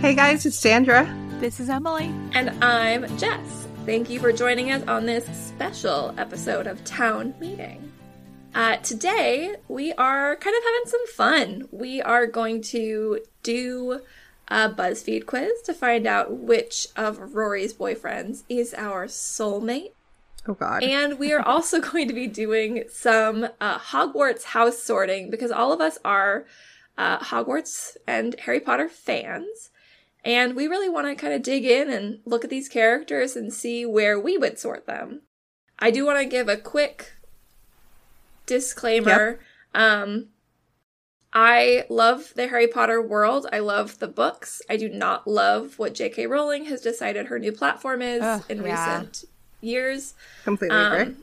Hey guys, it's Sandra. This is Emily. And I'm Jess. Thank you for joining us on this special episode of Town Meeting. Uh, today, we are kind of having some fun. We are going to do a BuzzFeed quiz to find out which of Rory's boyfriends is our soulmate. Oh god. And we are also going to be doing some uh, Hogwarts house sorting because all of us are uh, Hogwarts and Harry Potter fans. And we really want to kind of dig in and look at these characters and see where we would sort them. I do want to give a quick disclaimer. Um, I love the Harry Potter world. I love the books. I do not love what J.K. Rowling has decided her new platform is Ugh, in yeah. recent years. Completely agree. Um,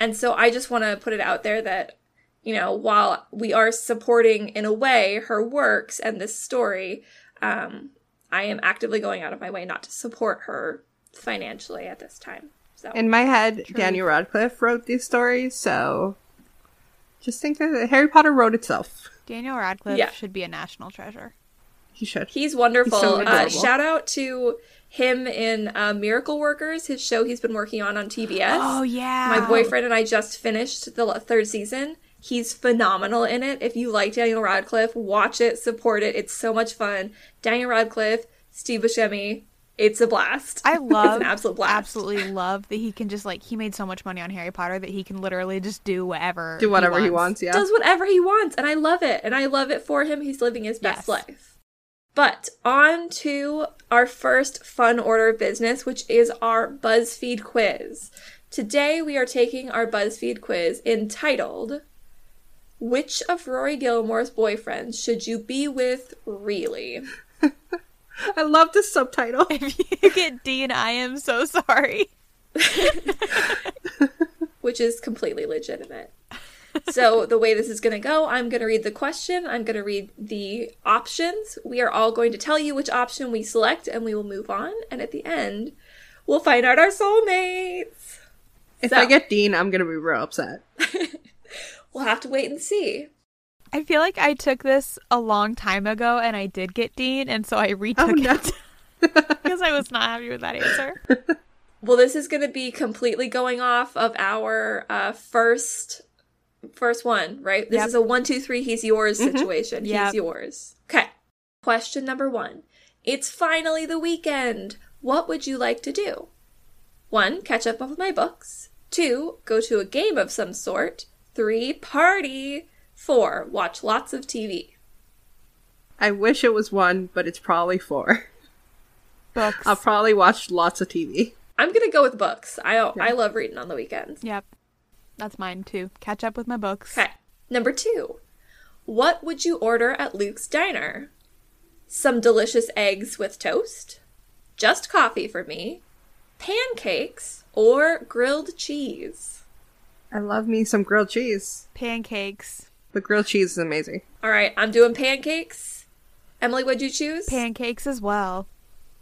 and so I just want to put it out there that, you know, while we are supporting in a way her works and this story, um, I am actively going out of my way not to support her financially at this time. So In my head, Daniel Radcliffe wrote these stories, so just think that Harry Potter wrote itself. Daniel Radcliffe Yeah. should be a national treasure. He should. he's wonderful. He's so uh, adorable. shout out to him in uh, Miracle Workers, his show he's been working on on TBS. Oh yeah. My boyfriend and I just finished the l- third season. He's phenomenal in it. If you like Daniel Radcliffe, watch it, support it. It's so much fun. Daniel Radcliffe, Steve Buscemi, it's a blast. I love it's an absolute blast. Absolutely love that he can just like he made so much money on Harry Potter that he can literally just do whatever Do whatever he wants, yeah. Does whatever he wants, and I love it. And I love it for him. He's living his best Yes. life. But on to our first fun order of business, which is our BuzzFeed quiz. Today we are taking our BuzzFeed quiz entitled Which of Rory Gilmore's boyfriends should you be with really? I love this subtitle. If you get D and I am so sorry. which is completely legitimate. so the way this is going to go, I'm going to read the question, I'm going to read the options. We are all going to tell you which option we select and we will move on and at the end we'll find out our soulmates. If So- I get Dean, I'm gonna be real upset. We'll have to wait and see. I feel like I took this a long time ago and I did get Dean and so I retook Oh no. it because I was not happy with that answer. Well, this is going to be completely going off of our uh, first first one, right? This Yep. Mm-hmm. is a one, two, three. He's yours situation. Yep. He's yours. Okay. Question number one. It's finally the weekend. What would you like to do? One, catch up on my books. Two, go to a game of some sort. Three, party. Four, watch lots of TV. I wish it was one, but it's probably four. Books. I'll probably watch lots of TV. I'm gonna go with books. I I love reading on the weekends. Yep. That's mine too. Catch up with my books. Okay. Number two. What would you order at Luke's Diner? Some delicious eggs with toast? Just coffee for me? Pancakes? Or grilled cheese? I love me some grilled cheese. Pancakes. The grilled cheese is amazing. All right, I'm doing pancakes. Emily, what'd you choose? Pancakes as well.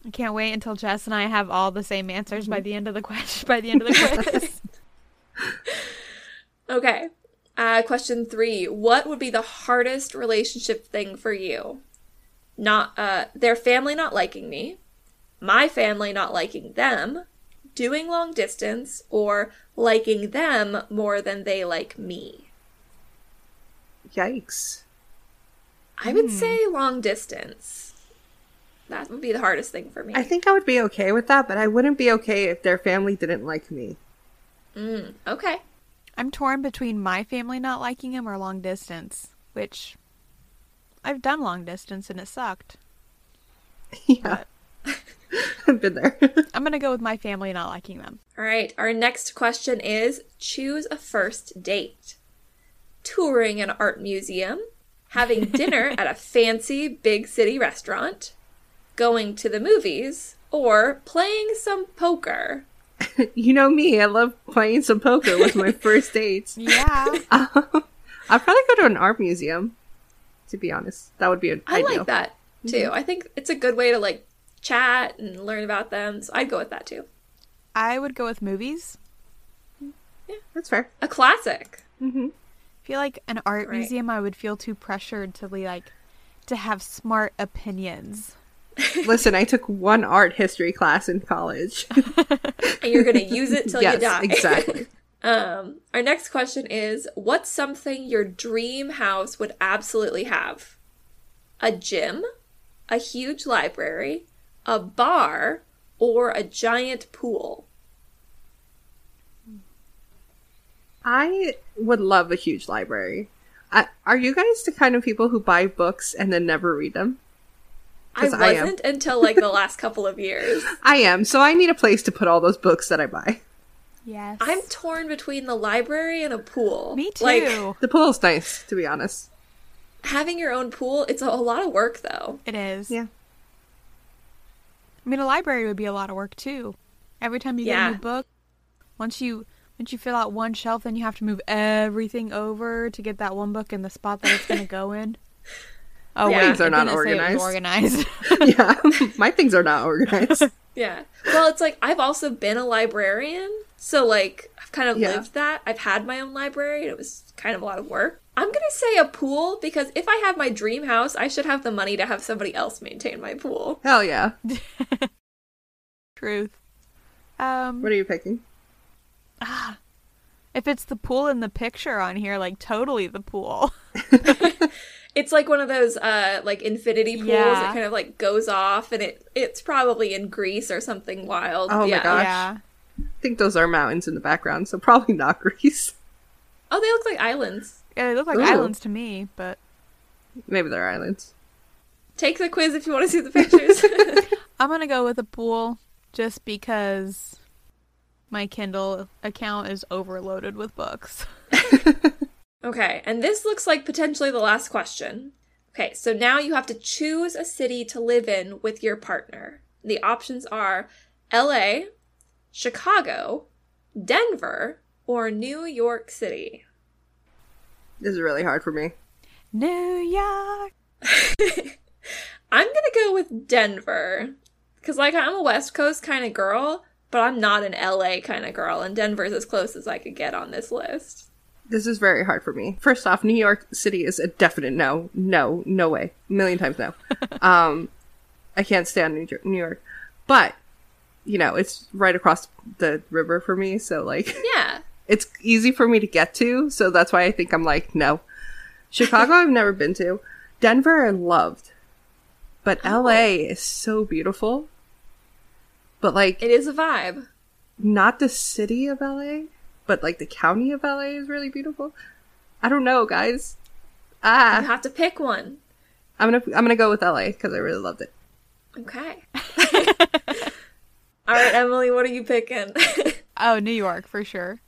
I can't wait until Jess and I have all the same answers Mm-hmm. by the end of the question by the end of the quiz. okay. Uh, question three. What would be the hardest relationship thing for you? Not uh, their family not liking me, my family not liking them, doing long distance, or liking them more than they like me. Yikes. I would say long distance. That would be the hardest thing for me. I think I would be okay with that, but I wouldn't be okay if their family didn't like me. Mm, okay. I'm torn between my family not liking him or long distance, which I've done long distance and it sucked. Yeah. I've been there. I'm gonna go with my family not liking them. All right, our next question is choose a first date. Touring an art museum, having dinner at a fancy big city restaurant, going to the movies, or playing some poker. you know me, I love playing some poker with my first dates. Yeah. Um, I'll probably go to an art museum, to be honest. That would be an I ideal. like that too. I think it's a good way to like chat and learn about them. So I'd go with that too. I would go with movies. That's fair. A classic. I feel like an art Right. museum I would feel too pressured to be like to have smart opinions. Listen, I took one art history class in college. and you're going to use it till you yes, die. exactly. Um, our next question is What's something your dream house would absolutely have? A gym, a huge library, a bar, or a giant pool? I would love a huge library. I, are you guys the kind of people who buy books and then never read them? I 'Cause I am. wasn't until like the last couple of years. I am, so I need a place to put all those books that I buy. Yes. I'm torn between the library and a pool. Me too. Like The pool's nice, to be honest. having your own pool, it's a lot of work though. it is. Yeah. I mean, a library would be a lot of work too. Every time you get a Yeah. new book, once you once you fill out one shelf, then you have to move everything over to get that one book in the spot that it's going to go in. Oh Yeah. wait, Things are it not didn't say it was organized. Yeah, my things are not organized. Yeah. Well, it's like I've also been a librarian, so like I've kind of Yeah. lived that. I've had my own library, and it was kind of a lot of work. I'm gonna say a pool because if I have my dream house, I should have the money to have somebody else maintain my pool. Hell yeah. Truth. Um, What are you picking? Ah, if it's the pool in the picture on here, like totally the pool. It's like one of those uh like infinity pools Yeah. that kind of like goes off, and it it's probably in Greece or something wild. Oh my yeah. gosh. Yeah. I think those are mountains in the background, so probably not Greece. Oh, they look like islands. Yeah, they look like Ooh. islands to me, but Maybe they're islands. Take the quiz if you want to see the pictures. I'm gonna go with a pool just because my Kindle account is overloaded with books. Okay, and this looks like potentially the last question. Okay, so now you have to choose a city to live in with your partner. The options are LA, Chicago, Denver, or New York City. This is really hard for me. New York. I'm gonna go with Denver. Because, like, I'm a West Coast kind of girl, but I'm not an LA kind of girl, and Denver's as close as I could get on this list. This is very hard for me. First off, New York City is a definite no. No, no way. million times no. um, I can't stand New, Jer- New York. But, you know, it's right across the river for me, so like, Yeah, it's easy for me to get to, so that's why I think I'm like, no. Chicago, I've never been to. Denver, I loved. But LA is so beautiful. But like, it is a vibe. not the city of LA, but like the county of LA is really beautiful. I don't know, guys. You Ah, have to pick one. I'm gonna I'm gonna go with LA because I really loved it. Okay. All right, Emily, what are you picking? Oh, New York for sure.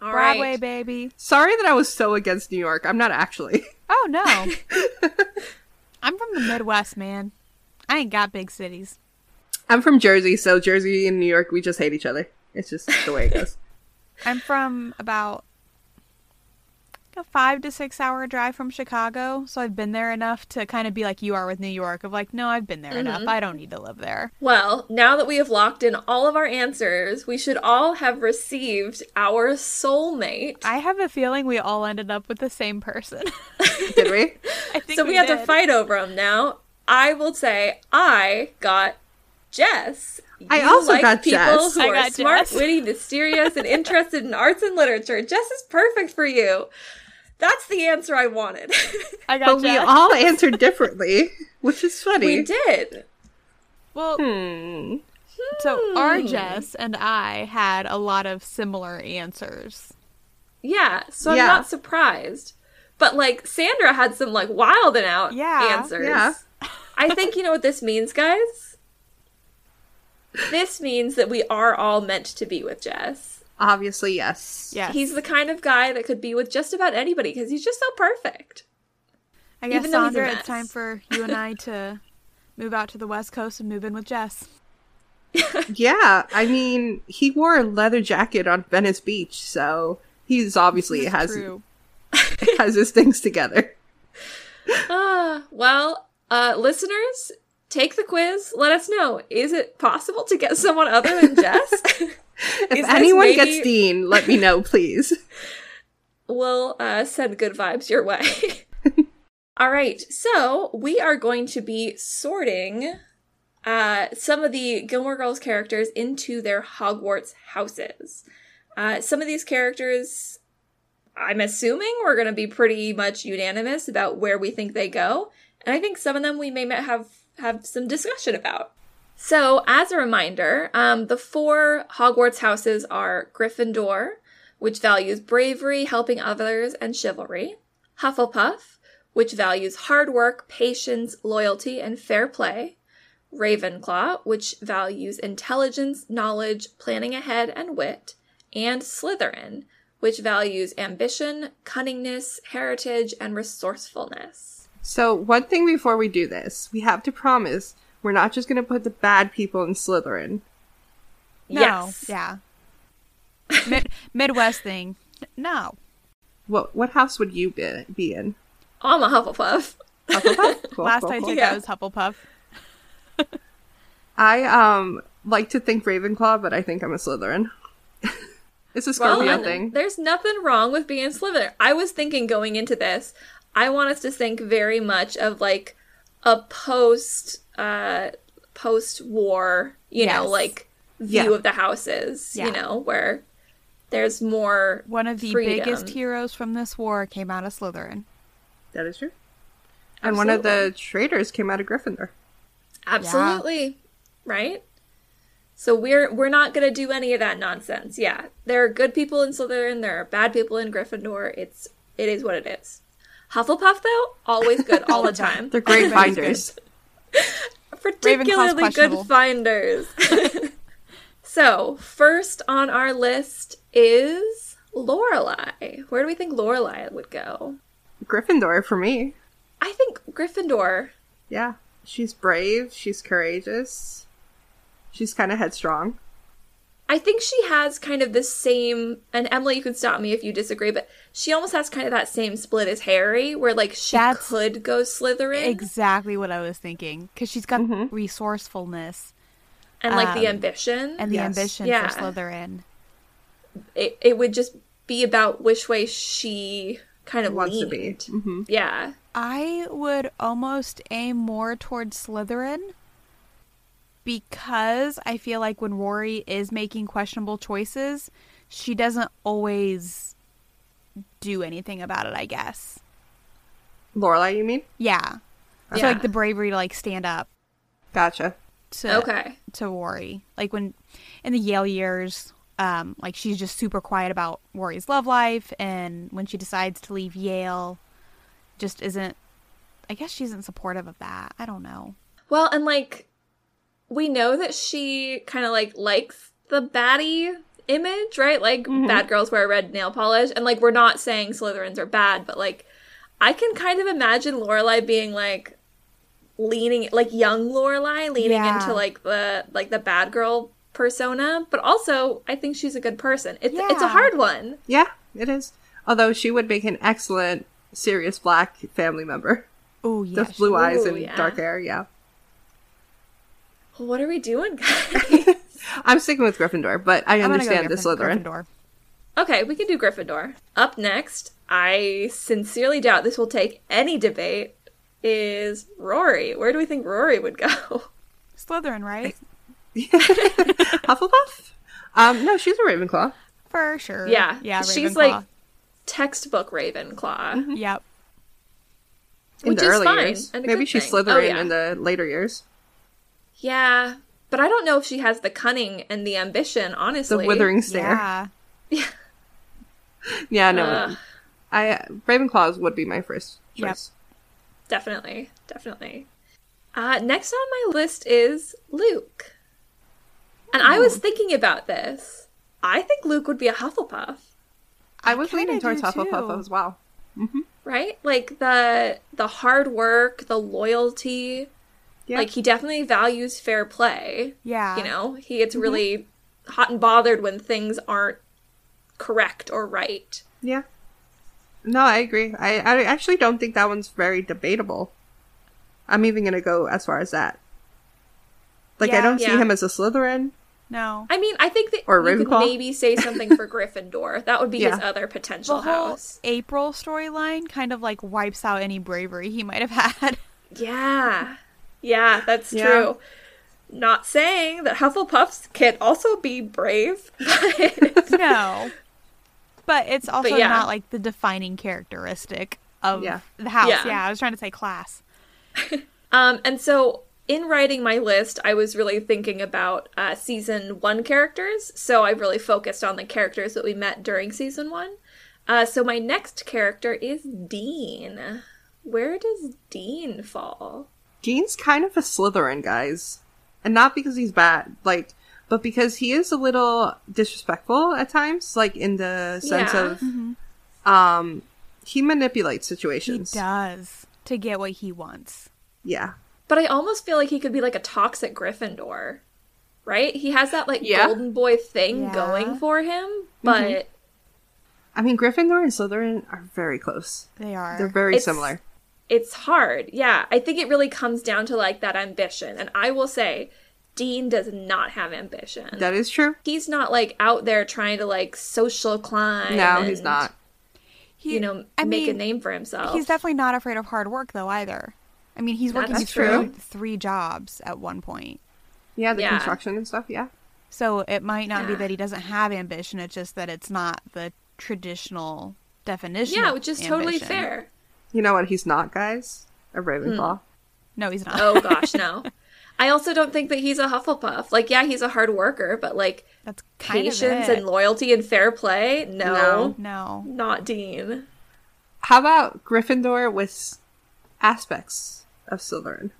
All right. Broadway, baby. Sorry that I was so against New York. I'm not actually. Oh no. I'm from the Midwest, man. I ain't got big cities. I'm from Jersey, so Jersey and New York, we just hate each other. It's just the way it goes. I'm from about a five to six hour drive from Chicago, so I've been there enough to kind of be like you are with New York of like, no, I've been there Mm-hmm. enough. I don't need to live there. Well, now that we have locked in all of our answers, we should all have received our soulmate. I have a feeling we all ended up with the same person. Did we? I think so we, have to did. fight over them now. I will say I got Jess. I You also like got people Jess. who I are got smart, Jess. witty, mysterious, and interested in arts and literature. Jess is perfect for you. That's the answer I wanted. I got But we Jess. all answered differently, which is funny. we did. Well, Hmm. so our Jess and I had a lot of similar answers. Yeah, so Yeah. I'm not surprised. But like Sandra had some like wild and out Yeah, answers. yeah. I think you know what this means, guys? This means that we are all meant to be with Jess. Obviously, yes. Yes. He's the kind of guy that could be with just about anybody because he's just so perfect. I guess even though he's a Sandra, mess. it's time for you and I to move out to the West Coast and move in with Jess. Yeah, I mean, he wore a leather jacket on Venice Beach, so he's obviously This is has true. has his things together. Ah, well, uh, listeners, take the quiz. Let us know is it possible to get someone other than Jess? If this anyone maybe- gets Dean, let me know, please. we'll uh, send good vibes your way. All right, so we are going to be sorting uh, some of the Gilmore Girls characters into their Hogwarts houses. Uh, some of these characters, I'm assuming, we're going to be pretty much unanimous about where we think they go, and I think some of them we may have have some discussion about. So, as a reminder, um, the four Hogwarts houses are Gryffindor, which values bravery, helping others, and chivalry. Hufflepuff, which values hard work, patience, loyalty, and fair play. Ravenclaw, which values intelligence, knowledge, planning ahead, and wit. And Slytherin, which values ambition, cunningness, heritage, and resourcefulness. So, one thing before we do this, we have to promise we're not just going to put the bad people in Slytherin. No, Yes. yeah. Mid- Midwest thing. No. What what house would you be, be in? I'm a Hufflepuff. Hufflepuff? Cool, Last cool, I cool. checked, Yeah. I was Hufflepuff. I um like to think Ravenclaw, but I think I'm a Slytherin. it's a Scorpio Well, thing. There's nothing wrong with being Slytherin. I was thinking going into this, I want us to think very much of like a post uh post war, you know, Yes. like view Yeah. of the houses, Yeah. you know, where there's more One of the freedom. biggest heroes from this war came out of Slytherin. That is true. And one of the traitors came out of Gryffindor. Absolutely. Right? So we're we're not going to do any of that nonsense. Yeah. There are good people in Slytherin, there are bad people in Gryffindor. It's it is what it is. Hufflepuff though, always good all the time. They're great Everybody's binders. particularly questionable. good finders. so, first on our list is Lorelai. Where do we think Lorelai would go? Gryffindor for me. I think Gryffindor. Yeah. She's brave, she's courageous. She's kind of headstrong. I think she has kind of the same, and Emily, you can stop me if you disagree, but she almost has kind of that same split as Harry, where like she That's could go Slytherin Exactly what I was thinking. Because she's got Mm-hmm. resourcefulness and like the um, ambition. and the Yes. ambition Yeah. for Slytherin. it, it would just be about which way she kind of Wants to be. leaned. hmm Yeah. I would almost aim more towards Slytherin because I feel like when Rory is making questionable choices, she doesn't always do anything about it, I guess. Lorelai, you mean? Yeah. So Yeah. like the bravery to like stand up Gotcha. to Okay. to Rory. Like when in the Yale years, um, like she's just super quiet about Rory's love life, and when she decides to leave Yale, just isn't. I guess she isn't supportive of that. I don't know. Well, and like we know that she kind of like likes the baddie image, right? Like Mm-hmm. bad girls wear red nail polish, and like we're not saying Slytherins are bad, but like I can kind of imagine Lorelai being like leaning, like young Lorelai leaning Yeah. into like the like the bad girl persona, but also I think she's a good person. It's it's a Yeah. hard one. Yeah, it is. Although she would make an excellent serious black family member. Oh Those yeah, she- blue eyes Ooh, and yeah. dark hair, yeah. What are we doing, guys? I'm sticking with Gryffindor, but I I'm gonna go understand the Gryffin- Slytherin. Gryffindor. Okay, we can do Gryffindor. Up next, I sincerely doubt this will take any debate, is Rory. Where do we think Rory would go? Slytherin, right? Hufflepuff? Um, no, she's a Ravenclaw. For sure. Yeah, yeah. she's Ravenclaw. like textbook Mm-hmm. Ravenclaw. yep. In Which the is early fine, years. and a Maybe good she's thing. Oh, Slytherin yeah. in the later years. Yeah, but I don't know if she has the cunning and the ambition, The honestly. withering stare. Yeah, Yeah. no. Ugh. I Ravenclaws would be my first Yep. choice. Definitely, definitely. Uh, next on my list is Luke. And I was thinking about this. I think Luke would be a Hufflepuff. I was kinda leaning towards do Hufflepuff too. as well. right like the the hard work the loyalty Yeah. like he definitely values fair play Yeah. you know he gets Mm-hmm. really hot and bothered when things aren't correct or right yeah. No, I agree. I, I actually don't think that one's very debatable. I'm even going to go as far as that. Like, I Yeah. don't see Yeah. him as a Slytherin, No. I mean, I think that Or you could Ravenclaw? maybe say something for Gryffindor. That would be his Yeah. other The potential whole house. April storyline kind of like wipes out any bravery he might have had. Yeah. Yeah, that's Yeah. true. Not saying that Hufflepuffs can also be brave, but no. But it's also yeah. not like the defining characteristic of Yeah. the house. Yeah. Yeah. I was trying to say class. Um, and so in writing my list, I was really thinking about uh, season one characters. So I really focused on the characters that we met during season one. Uh, so my next character is Dean. Where does Dean fall? Dean's kind of a Slytherin, guys. And not because he's bad, like, but because he is a little disrespectful at times, like in the sense Yeah. of um he manipulates Mm-hmm. He situations. does to get what he wants. Yeah. But I almost feel like he could be like a toxic Gryffindor, right? He has that like Yeah. golden boy thing Yeah. going for him, but I mean Gryffindor and Slytherin are very close. They are. They're very It's- similar. it's hard. Yeah, I think it really comes down to like that ambition. And I will say, Dean does not have ambition. That is true. he's not like out there trying to like social climb. No, he's and, not. He- You know, I make a mean, name for himself. He's definitely not afraid of hard work though either. I mean, he's working That's through true. three jobs at one point. Yeah, the Yeah. construction and stuff, yeah. So it might not be Yeah. that he doesn't have ambition, it's just that it's not the traditional definition. yeah, of which is totally ambition. fair. You know what he's not, guys? A Ravenclaw. Hmm. No, he's not. Oh gosh, no. I also don't think that he's a Hufflepuff. Like, yeah, he's a hard worker, but like That's kind patience of it. and loyalty and fair play, no, No. not Dean. How about Gryffindor with s- aspects of Slytherin?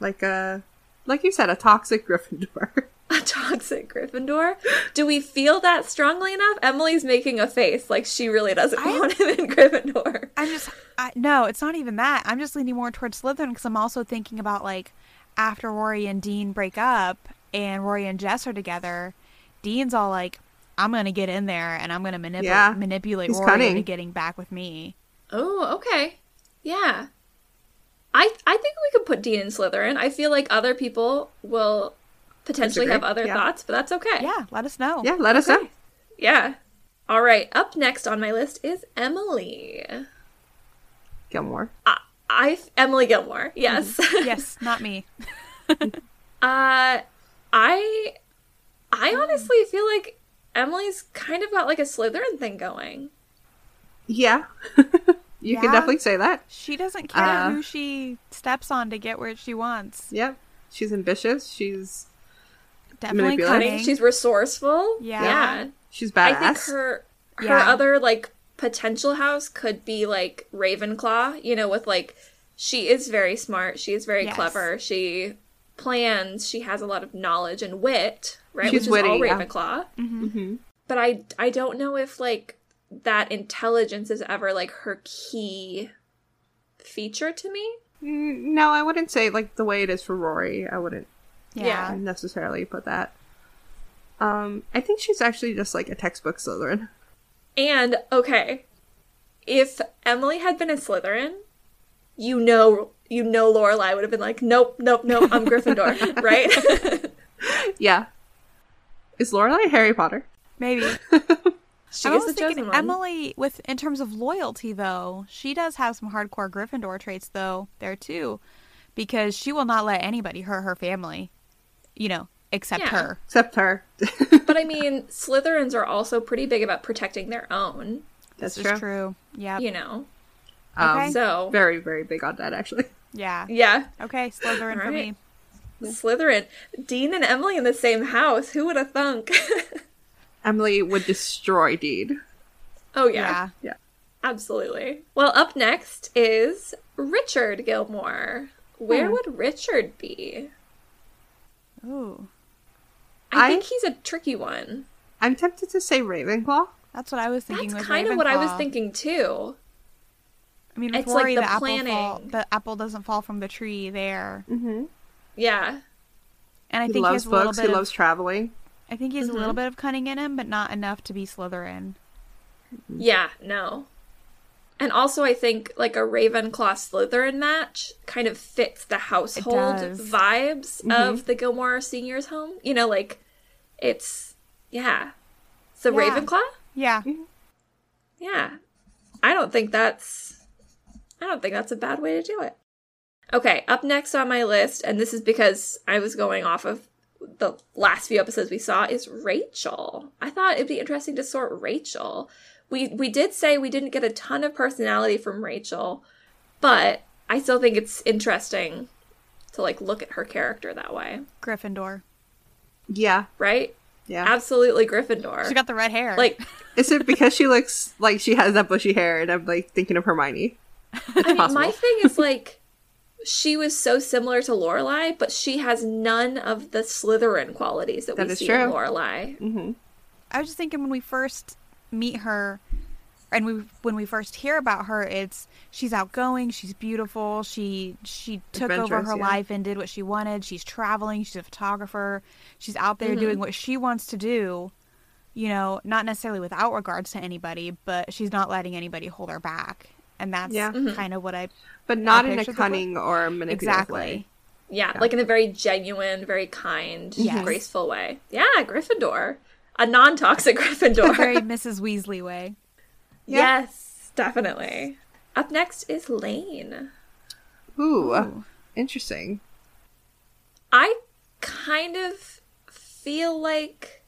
Like a like you said, a toxic Gryffindor. A toxic Gryffindor. Do we feel that strongly enough? Emily's making a face like she really doesn't I- want him in Gryffindor. I'm just I, no, it's not even that. I'm just leaning more towards Slytherin because I'm also thinking about like after Rory and Dean break up and Rory and Jess are together, Dean's all like, "I'm gonna get in there and I'm gonna manipu- Yeah. manipulate He's Rory into cunning. getting back with me." Oh, okay. Yeah. I I think we could put Dean in Slytherin. I feel like other people will potentially Disagree. have other Yeah. thoughts, but that's okay. Yeah, let us know. Yeah, let us know. Yeah. All right. Up next on my list is Emily. Gilmore. I, I Emily Gilmore. Mm-hmm. Yes. Yes, not me. uh I I Mm. honestly feel like Emily's kind of got like a Slytherin thing going. Yeah. you Yeah. can definitely say that. She doesn't care Uh. who she steps on to get where she wants. Yeah. She's ambitious. She's Definitely Manipulate. cunning. She's resourceful. Yeah. yeah. she's I badass. think her her Yeah. other like potential house could be like Ravenclaw, you know, with like she is very smart, she is very Yes. clever, she plans, she has a lot of knowledge and wit, right? She's Which witty, is all yeah. Ravenclaw. hmm But I I don't know if like that intelligence is ever like her key feature to me. Mm, No, I wouldn't say like the way it is for Rory. I wouldn't Yeah. necessarily put that. Um, I think she's actually just like a textbook Slytherin. And okay, if Emily had been a Slytherin, you know, you know, Lorelai would have been like, nope, nope, nope, I'm Gryffindor, right? Yeah. Is Lorelai Harry Potter? Maybe. she I is was the thinking chosen one. Emily, with in terms of loyalty, though, she does have some hardcore Gryffindor traits, though there too, because she will not let anybody hurt her family, you know, except Yeah. her. Except her. But I mean, Slytherins are also pretty big about protecting their own, That's This is true. Yeah. you know. Um, Okay. So Very, very big on that actually. Yeah. yeah, Okay, Slytherin for Alright. me. Slytherin, Dean and Emily in the same house. Who would have thunk? Emily would destroy Dean. oh Yeah. yeah, absolutely. Well, up next is Richard Gilmore. Where Hmm. would Richard be? Ooh, I I- think he's a tricky one. I'm tempted to say Ravenclaw. that's what I was thinking. That's with kind of what I was Ravenclaw. thinking too. I mean, with It's like Rory, the the, apple fall, planning. the apple doesn't fall from the tree there, Mm-hmm. Yeah. and I He think he loves has a little books. bit. He of, loves traveling. I think he has a Mm-hmm. little bit of cunning in him, but not enough to be Slytherin. Hmm. Yeah, no. And also I think like a Ravenclaw Slytherin match kind of fits the household does. Mm-hmm. vibes of the Gilmore seniors home. You know, like It's yeah. So Yeah. Ravenclaw? Yeah. Yeah. I don't think that's I don't think that's a bad way to do it. Okay, up next on my list, and this is because I was going off of the last few episodes we saw, is Rachel. I thought it'd be interesting to sort Rachel. We we did say we didn't get a ton of personality from Rachel, but I still think it's interesting to like look at her character that way, Gryffindor. Yeah. right? Yeah. Absolutely Gryffindor. She got the red hair. like Is it because she looks like she has that bushy hair and I'm like thinking of Hermione? It's possible. My thing is like she was so similar to Lorelai, but she has none of the Slytherin qualities that, That we is see true. in Lorelai. I was just thinking when we first meet her and we when we first hear about her it's she's outgoing, she's beautiful, she she took over Adventurous, her yeah. life and did what she wanted. She's traveling, she's a photographer, she's out Mm-hmm. there doing what she wants to do. You know, not necessarily without regards to anybody, but she's not letting anybody hold her back. And that's Yeah. kind of what I but not I in a pictured the cunning or manipulative exactly. way. Yeah, like in a very genuine, very kind, Yes. graceful way. Yeah, Gryffindor. A non toxic Gryffindor. Very Mrs. Weasley way. Yeah. Yes, definitely. Up next is Lane. Ooh, interesting. I kind of feel like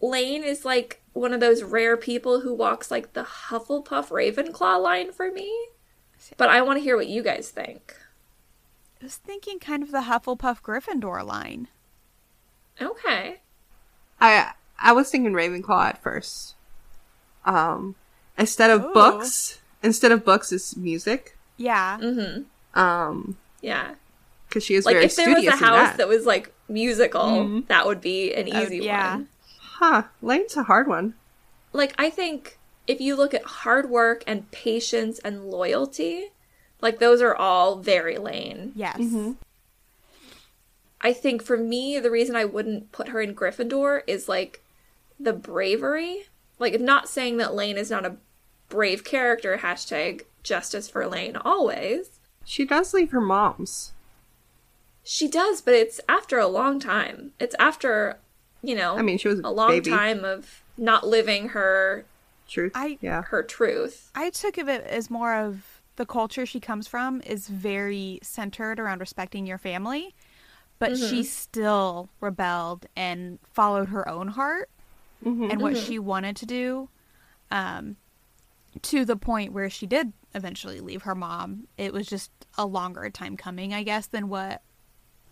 Lane is like one of those rare people who walks like the Hufflepuff Ravenclaw line for me. But I want to hear what you guys think. I was thinking kind of the Hufflepuff Gryffindor line. Okay. I I was thinking Ravenclaw at first. Um, instead of Ooh. books, instead of books, it's music. Yeah. Mm-hmm. Um, Yeah. because she is Like very if there was studious a in house that. that. was like musical, that would be an Oh, easy yeah. one. Huh? Lane's a hard one. Like I think if you look at hard work and patience and loyalty, like those are all very Lane. Yes. Mm-hmm. I think for me, the reason I wouldn't put her in Gryffindor is like the bravery. Like, not saying that Lane is not a brave character, hashtag justice for Lane always. She does leave her mom's. She does, but it's after a long time. It's after, you know, I mean, she was a a long baby. time of not living her Truth. I- yeah. her truth. I took of it as more of the culture she comes from is very centered around respecting your family, but she still rebelled and followed her own heart and what she wanted to do um, to the point where she did eventually leave her mom. It was just a longer time coming, I guess, than what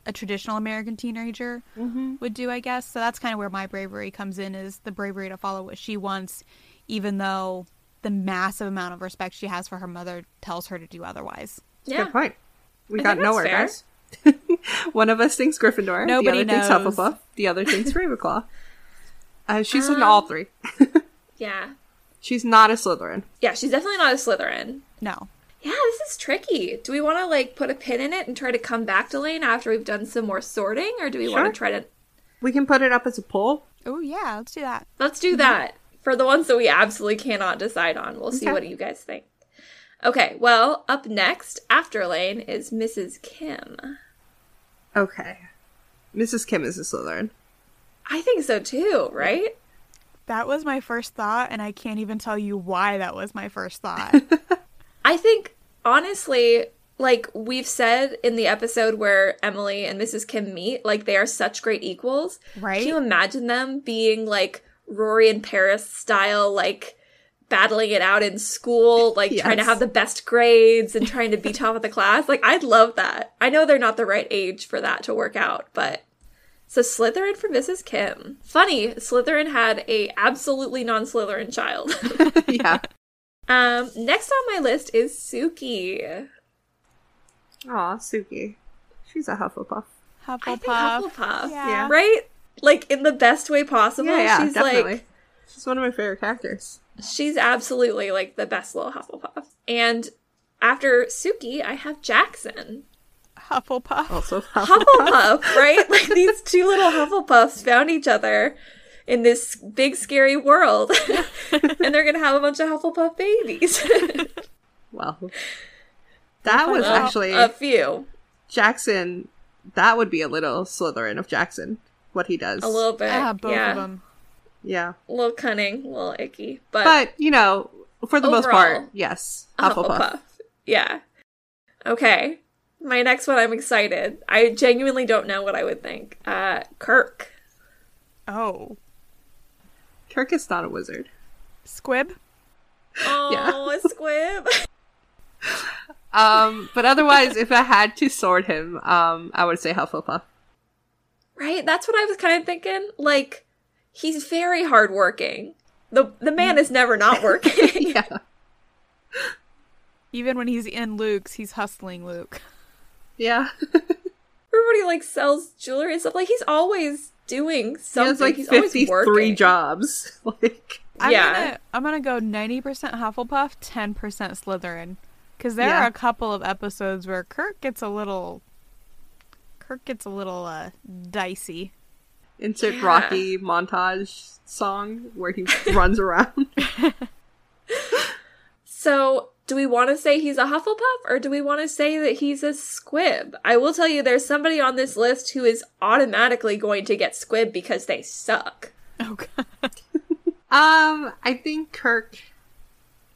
a traditional American teenager Mm-hmm. would do, I guess. So that's kind of where my bravery comes in is the bravery to follow what she wants, even though the massive amount of respect she has for her mother tells her to do otherwise. Yeah. Good point. We I got think that's nowhere, fair. guys. One of us thinks Gryffindor. Nobody the other knows. thinks Hufflepuff. The other thinks Ravenclaw. Uh, she's in Um, all three. Yeah. she's not a Slytherin. Yeah, she's definitely not a Slytherin. No. Yeah, this is tricky. Do we want to like put a pin in it and try to come back to Lane after we've done some more sorting, or do we Sure. want to try to We can put it up as a poll. Oh, yeah, let's do that. Let's do that for the ones that we absolutely cannot decide on. We'll see Okay. what you guys think. Okay, well, up next after Lane is Mrs. Kim. Okay. Mrs. Kim is a Slytherin. I think so too, right? That was my first thought, and I can't even tell you why that was my first thought. I think honestly, like we've said in the episode where Emily and Mrs. Kim meet, like they are such great equals. Right? Can you imagine them being like Rory and Paris style, like battling it out in school, like trying to Yes. have the best grades and trying to be top of the class? Like, I'd love that. I know they're not the right age for that to work out, but. So Slytherin for Mrs. Kim. Funny, Slytherin had a absolutely non-Slytherin child. yeah. um, next on my list is Suki. Aw, Suki. She's a Hufflepuff. Hufflepuff. I think Hufflepuff. Yeah. Right? Like in the best way possible. Yeah, yeah, She's definitely. like she's one of my favorite characters. She's absolutely like the best little Hufflepuff. And after Suki, I have Jackson. Hufflepuff. Oh, Also, Hufflepuff, right? Like these two little Hufflepuffs found each other in this big scary world. and they're going to have a bunch of Hufflepuff babies. well, that was Well, actually a few. Jackson. That would be a little Slytherin of Jackson. what he does. a little bit. Ah, both yeah, of them. Yeah. a little cunning, a little icky, but, But, you know, for the most Overall, part, yes. a Hufflepuff. Yeah. Okay. My next one, I'm excited. I genuinely don't know what I would think. Uh, Kirk. Oh, Kirk is not a wizard. Squib. Oh, a squib. Um, but otherwise, if I had to sword him, um, I would say Hufflepuff. Right? That's what I was kind of thinking. Like, he's very hardworking. The the man is never not working. yeah. Even when he's in Luke's, he's hustling Luke. Yeah. Everybody like sells jewelry and stuff. Like he's always doing He something. has like he's always 53 working. jobs. like, I'm Yeah. gonna I'm gonna go ninety percent Hufflepuff, ten percent Slytherin, because there Yeah. are a couple of episodes where Kirk gets a little Kirk gets a little uh, dicey. insert Yeah. Rocky montage song where he runs around. So do we want to say he's a Hufflepuff or do we want to say that he's a squib? I will tell you, there's somebody on this list who is automatically going to get squib because they suck. Oh god. Um, I think Kirk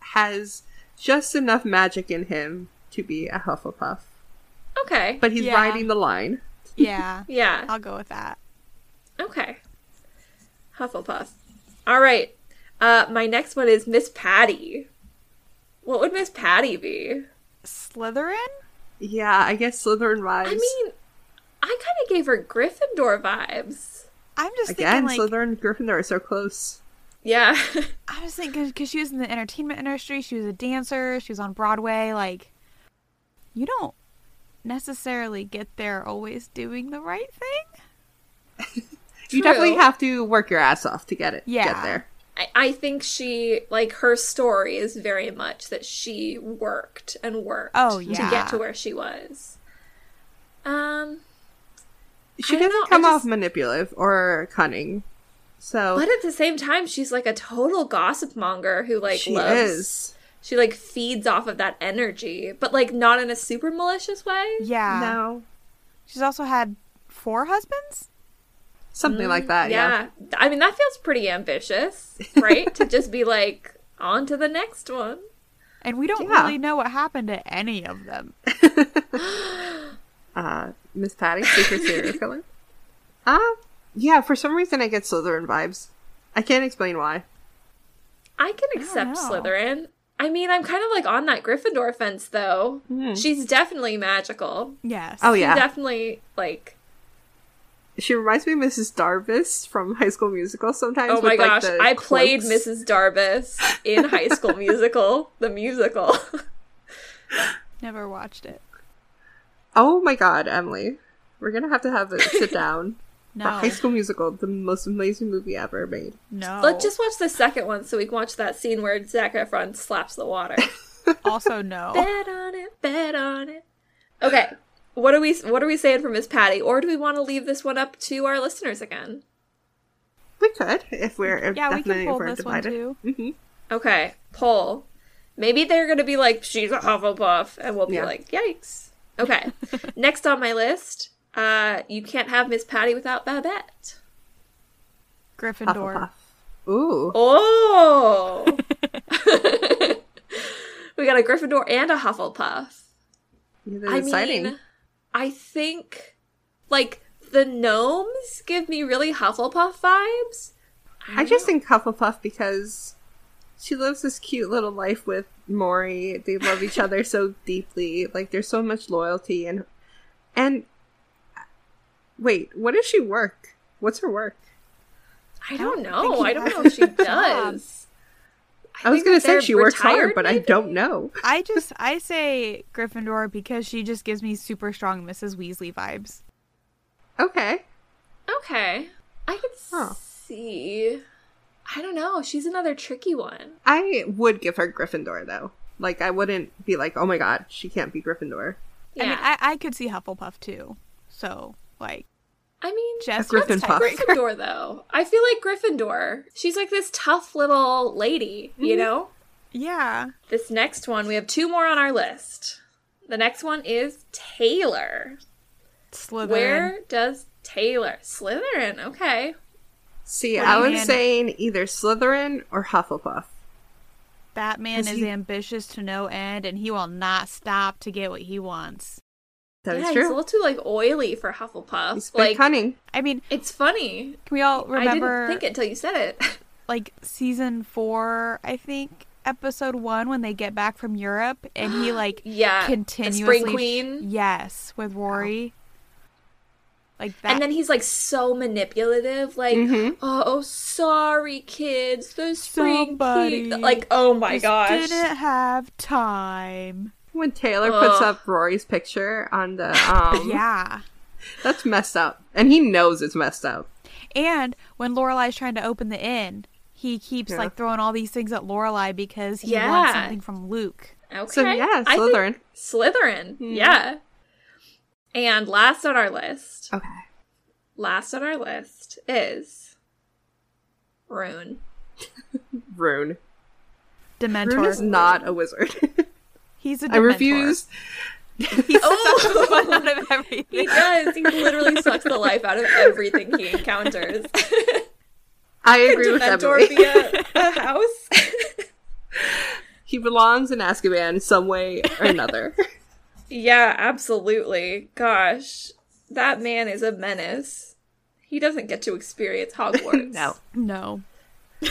has just enough magic in him to be a Hufflepuff, Okay. but he's Yeah. riding the line. Yeah, yeah. I'll go with that. Okay. Hufflepuff. All right. Uh, my next one is Miss Patty. What would Miss Patty be? Slytherin. Yeah, I guess Slytherin vibes. I mean, I kind of gave her Gryffindor vibes. I'm just again, thinking like Slytherin and Gryffindor are so close. Yeah. I was thinking because she was in the entertainment industry, she was a dancer, she was on Broadway. Like, you don't necessarily get there always doing the right thing. You definitely True. have to work your ass off to get it. Get Yeah. there. I, I think she, like, her story is very much that she worked and worked Oh, to yeah. get to where she was. Um, She I don't doesn't know, I come off just- manipulative or cunning. So but at the same time, she's like a total gossip monger who, like, she loves. is. She, like, feeds off of that energy, but, like, not in a super malicious way. Yeah. No. She's also had four husbands. Something like that, yeah. Mm, yeah. I mean, that feels pretty ambitious, right? to just be like, on to the next one. And we don't Yeah. really know what happened to any of them. Uh Miss Patty, secret serial killer. Uh yeah, for some reason I get Slytherin vibes. I can't explain why. I can accept know. Slytherin. I mean, I'm kind of like on that Gryffindor fence, though. Mhm. She's definitely magical. Yes. Oh, She yeah. definitely like. She reminds me of Mrs. Darvis from High School Musical sometimes. Oh with, my like, gosh, the I played cloaks. Mrs. Darvis in High School Musical, the musical. Never watched it. Oh my god, Emily. We're gonna have to have a sit down. for No. High School Musical, the most amazing movie ever made. No. Let's just watch the second one so we can watch that scene where Zac Efron slaps the water. also Oh. no. bet on it, bet on it. Okay, what are we? What are we saying for Miss Patty? Or do we want to leave this one up to our listeners again? We could, if we're if Yeah, we definitely can pull if we're this one divided. Mm-hmm. too. Okay, poll. Maybe they're gonna be like, she's a Hufflepuff, and we'll be Yeah. like, yikes. Okay. Next on my list, uh, you can't have Miss Patty without Babette. Gryffindor. Hufflepuff. Ooh. Oh. we got a Gryffindor and a Hufflepuff. Yeah, I they're exciting. mean, I think like the gnomes give me really Hufflepuff vibes. I just think Hufflepuff because she lives this cute little life with Maury. They love each other so deeply. Like there's so much loyalty and and wait, what does she work? What's her work? I don't I don't think know. you I don't have know if she a job. does. I, was think gonna that say they're she works hard, retired, but I maybe? don't know. I just I say Gryffindor because she just gives me super strong Mrs. Weasley vibes. Okay. Okay. I could Huh. see. I don't know. She's another tricky one. I would give her Gryffindor though. Like I wouldn't be like, oh my god, she can't be Gryffindor. Yeah. I mean, I, I could see Hufflepuff too. So, like, just Griffin let's type- Puff. Gryffindor though. I feel like Gryffindor. She's like this tough little lady, Mm-hmm. you know? Yeah. This next one, we have two more on our list. The next one is Taylor. Slytherin. Where does Taylor? Slytherin, okay. See, What I do you was mean? saying either Slytherin or Hufflepuff. Batman Is is he- ambitious to no end, and he will not stop to get what he wants. That is yeah, he's a true. little too like oily for Hufflepuff. He's been like cunning. I mean, it's funny. can we all I remember didn't think it till you said it. like season four? I think episode one when they get back from Europe, and he like yeah. the continuously Spring Queen. Oh. yes, with Rory. Like that. And then he's like so manipulative, like, Mhm. oh, sorry, kids, the spring Somebody queen. Like, oh my just gosh. didn't have time. When Taylor puts Ugh. up Rory's picture on the um Yeah. that's messed up. And he knows it's messed up. And when Lorelai's trying to open the inn, he keeps Yeah. like throwing all these things at Lorelai because he Yeah. wants something from Luke. Okay. So yeah, I think- Slytherin. Mm-hmm. Slytherin. Yeah. And last on our list, Okay. last on our list is Rune. Rune. Rune Dementor. is not a wizard. He's a Dementor. I refuse. He sucks the Oh! fun out of He everything. does. He literally sucks the life out of everything he encounters. I agree with Dementor Emily. via a house. He belongs in Azkaban some way or another. yeah, absolutely. Gosh, that man is a menace. He doesn't get to experience Hogwarts. no. No.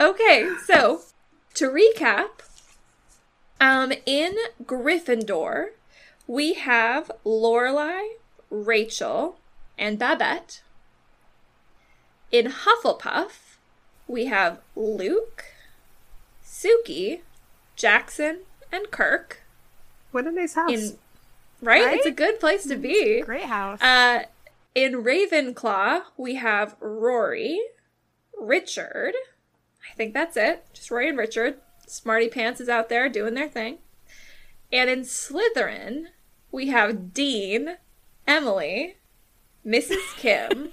Okay, so to recap, um, in Gryffindor, we have Lorelai, Rachel, and Babette. In Hufflepuff, we have Luke, Suki, Jackson, and Kirk. What a nice house. In right, it's a Right? good place to be. Great house. Uh, in Ravenclaw, we have Rory, Richard. I think that's it. Just Rory and Richard. Smarty Pants is out there doing their thing. And in Slytherin, we have Dean, Emily, Mrs. Kim,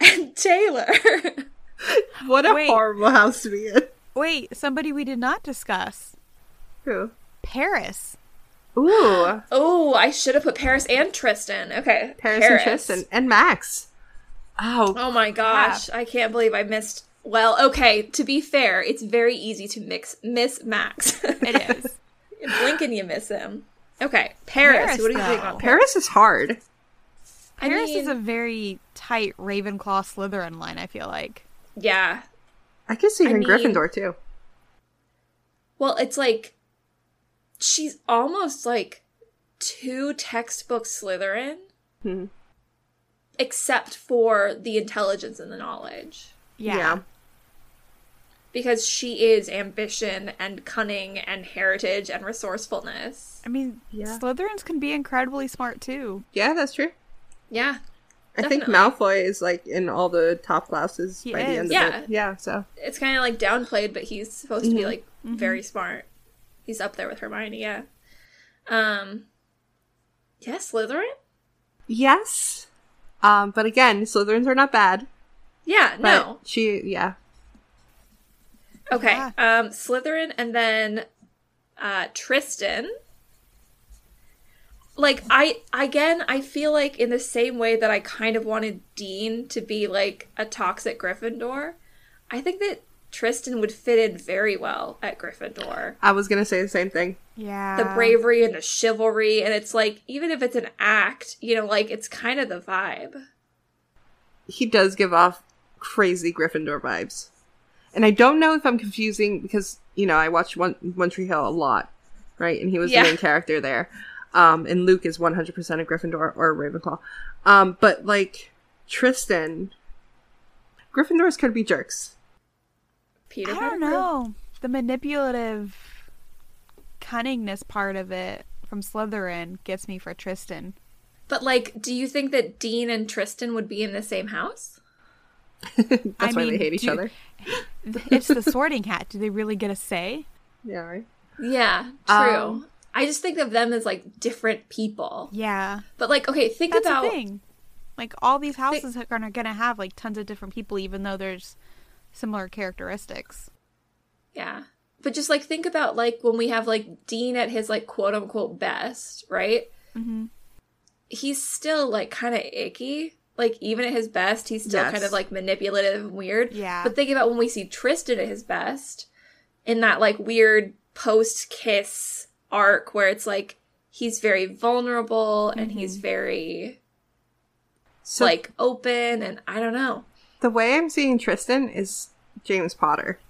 and Taylor. what a wait. horrible house to be in. Wait, somebody we did not discuss. True. Paris. Ooh. oh, I should have put Paris and Tristan. Okay. Paris, and Tristan and Max. Oh, Oh my gosh, I can't believe I missed. Well, okay, to be fair, it's very easy to mix miss Max. It is. you blink and you miss him. Okay, Paris. Paris, what do you think though. about Paris? Paris is hard. I Paris is a mean- very tight Ravenclaw Slytherin line, I feel like. Yeah. I can see her I in mean- Gryffindor too. Well, it's like she's almost like two textbook Slytherin, Hmm. except for the intelligence and the knowledge, Yeah. because she is ambition and cunning and heritage and resourcefulness. I mean, Yeah. Slytherins can be incredibly smart too. Yeah, that's true. Yeah, I think Definitely. Malfoy is like in all the top classes He by the is. end Yeah. of it. Yeah, so it's kind of like downplayed, but he's supposed to be like very smart. He's up there with Hermione, yeah. Um, yeah, Slytherin. yes. Um, but again, Slytherins are not bad. Yeah, But no, she, yeah, okay. Yeah. Um, Slytherin, and then uh, Tristan. Like I again, I feel like in the same way that I kind of wanted Dean to be like a toxic Gryffindor, I think that Tristan would fit in very well at Gryffindor. I was gonna say the same thing. Yeah. the bravery and the chivalry and it's like even if it's an act you know like it's kind of the vibe He does give off crazy Gryffindor vibes, and I don't know if I'm confusing because you know I watched One One Tree Hill a lot, right? And he was Yeah. the main character there. Um, and Luke is 100% a Gryffindor or a Ravenclaw. Um, but like Tristan, Gryffindors could be jerks. peter I don't Pettigrew. know. The manipulative cunningness part of it from Slytherin gets me for Tristan. but like do you think that dean and tristan would be in the same house That's I why they mean, hate each do- other. It's the sorting hat. Do they really get a say? Yeah, right. yeah true Um, i just think of them as like different people Yeah. but like okay think That's about the thing. Like all these houses are gonna gonna have like tons of different people even though there's similar characteristics. yeah but Mm-hmm. just like think about like when we have like dean at his like quote unquote best right he's still like kind of icky. Like even at his best, he's still Yes. kind of like manipulative and weird. Yeah. But think about when we see Tristan at his best, in that like weird post kiss arc where it's like he's very vulnerable and he's very Mm-hmm. So like open and I don't know. the way I'm seeing Tristan is James Potter.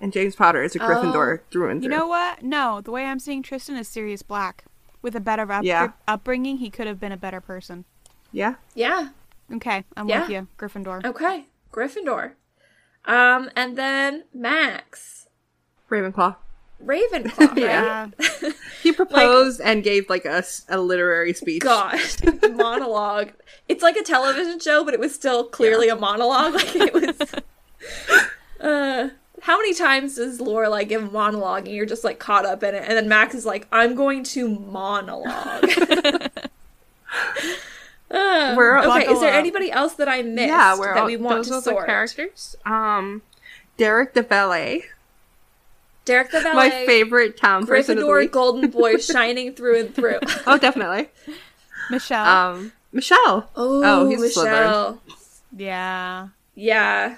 And James Potter is a Oh, Gryffindor through and You through. know what? No, the way I'm seeing Tristan is Sirius Black. With a better up- Yeah. upbringing, he could have been a better person. yeah. Yeah. Okay, I'm Yeah. with you, Gryffindor. Okay. Gryffindor. Um and then Max. Ravenclaw. Ravenclaw. Right? Yeah. He proposed and gave like a, s- a literary speech. gosh monologue it's like a television show but it was still clearly a monologue like it was uh how many times does Laura like give a monologue and you're just like caught up in it and then Max is like I'm going to monologue Uh, We're- okay is Buckle there up. anybody else that I missed Yeah, we're that all, we want those to are the sort characters. Um, Derek the valet, Derek the Valet my favorite town person. Of the Gryffindor week. golden boy shining through and through Oh, definitely. Michelle. Um, Michelle. oh, he's a Slytherin. Michelle yeah. Yeah.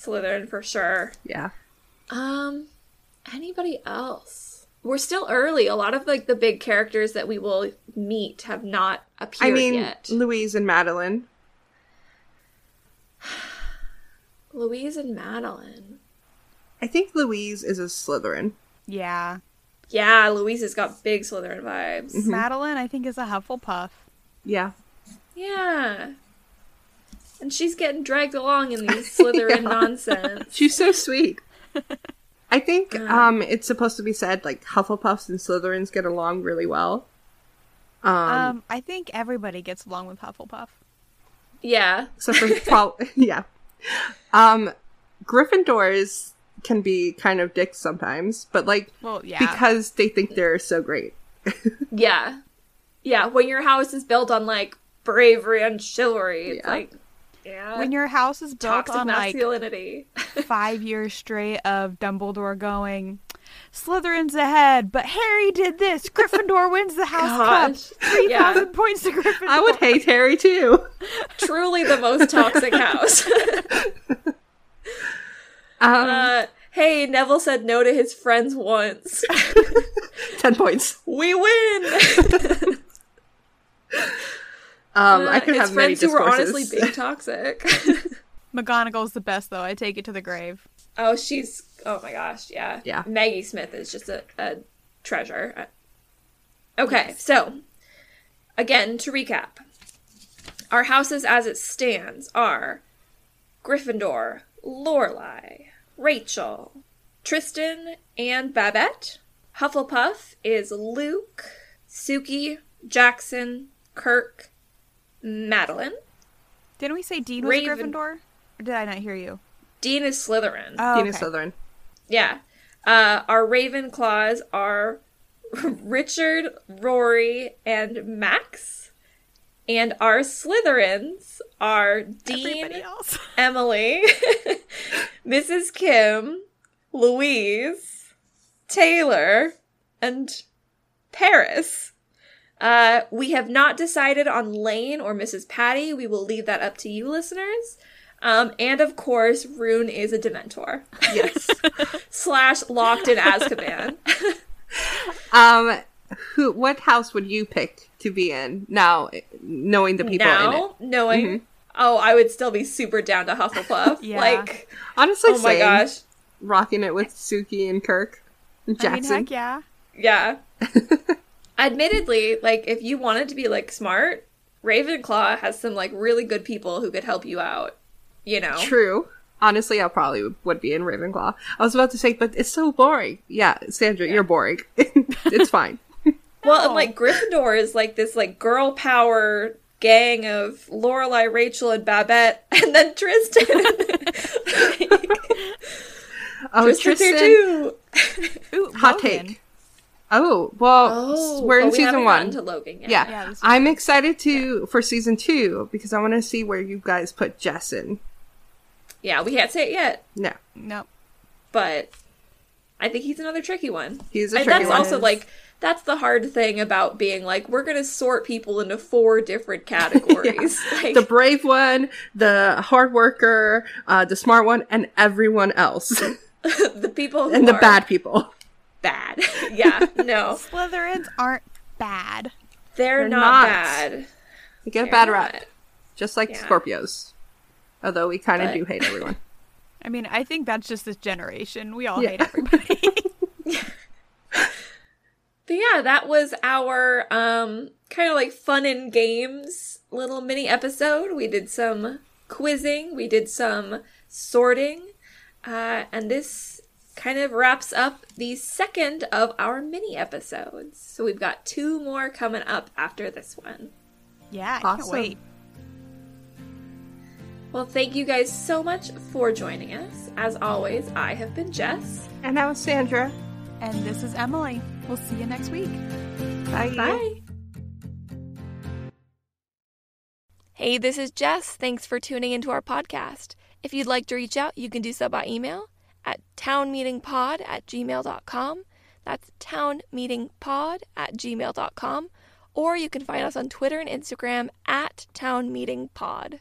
Slytherin for sure. Yeah. Um anybody else? We're still early. A lot of like the big characters that we will meet have not appeared I mean, yet. Louise and Madeline. Louise and Madeline. I think Louise is a Slytherin. Yeah. Yeah, Louise has got big Slytherin vibes. Madeline, I think, is a Hufflepuff. Yeah. Yeah. And she's getting dragged along in these Slytherin nonsense. She's so sweet. I think um, it's supposed to be said like Hufflepuffs and Slytherins get along really well. Um, Um, I think everybody gets along with Hufflepuff. Yeah. except for pro- yeah. Um, Gryffindors can be kind of dicks sometimes, but like Well, yeah. because they think they're so great. Yeah. Yeah. When your house is built on like bravery and chivalry, it's Yeah. like yeah. when your house is built toxic on like masculinity. five years straight of Dumbledore going, Slytherin's ahead, but Harry did this. Gryffindor wins the House Cup. Gosh. Three Yeah. thousand points to Gryffindor. I would hate Harry too. Truly the most toxic house. Um, uh, hey, Neville said no to his friends once. ten points. We win. Um, I could it's have many Uh, friends who were discourses. honestly being toxic. McGonagall's the best though. I take it to the grave. oh, she's. Oh my gosh, yeah. Yeah. Maggie Smith is just a, a treasure. Uh, Okay, so again to recap, our houses as it stands are Gryffindor, Lorelai, Rachel, Tristan, and Babette. Hufflepuff is Luke, Suki, Jackson, Kirk, Madeline. Didn't we say Dean was a Raven- Gryffindor? Or did I not hear you? Dean is Slytherin. Oh, Dina okay. Slytherin. Yeah. Uh, our Ravenclaws are Richard, Rory, and Max. And our Slytherins are Dean, Everybody else. Emily, Mrs. Kim, Louise, Taylor, and Paris. Uh, we have not decided on Lane or Mrs. Patty. We will leave that up to you, listeners. Um, and of course, Rune is a Dementor Yes. slash locked in Azkaban. um, who? What house would you pick to be in now, knowing the people in it? Mm-hmm. now, knowing, oh, I would still be super down to Hufflepuff. Yeah. Like, Honestly, oh my same. gosh, rocking it with Suki and Kirk, and I mean, Jackson. heck yeah. yeah. Admittedly, like if you wanted to be like smart, Ravenclaw has some like really good people who could help you out. You know, True. Honestly, I probably would- would be in Ravenclaw. I was about to say, but it's so boring. Yeah, Sandra, you're boring. it's fine. Well, and like Gryffindor is like this like girl power gang of Lorelai, Rachel, and Babette, and then Tristan. Oh, Tristan's here Tristan. too. Ooh, Hot Logan. take. Oh well, s- we're in but we season haven't one. gotten to Logan yet. yeah, Yeah, this is I'm excited to for season two because I want to see where you guys put Jess in. Yeah, we can't say it yet, No, Nope. but I think he's another tricky one. he's a And tricky that's one. also like that's the hard thing about being like we're going to sort people into four different categories. Like, the brave one, the hard worker, uh, the smart one, and everyone else, the people who and the are bad people. bad. yeah, no, Slytherins aren't bad. they're, They're not, not. bad. They get a They're bad not. rap, just like Yeah. Scorpios. Although we kind of But- do hate everyone. I mean, I think that's just this generation. We all Yeah. hate everybody. But yeah, that was our um kind of like fun and games little mini episode. We did some quizzing, we did some sorting, uh, and this kind of wraps up the second of our mini episodes. So we've got two more coming up after this one. yeah, I Awesome. can't wait. Well, thank you guys so much for joining us. As always, I have been Jess. and I was Sandra. And this is Emily. We'll see you next week. Bye. Hey, this is Jess. Thanks for tuning into our podcast. If you'd like to reach out, you can do so by email at townmeetingpod at gmail.com. That's townmeetingpod at gmail.com. Or you can find us on Twitter and Instagram at townmeetingpod.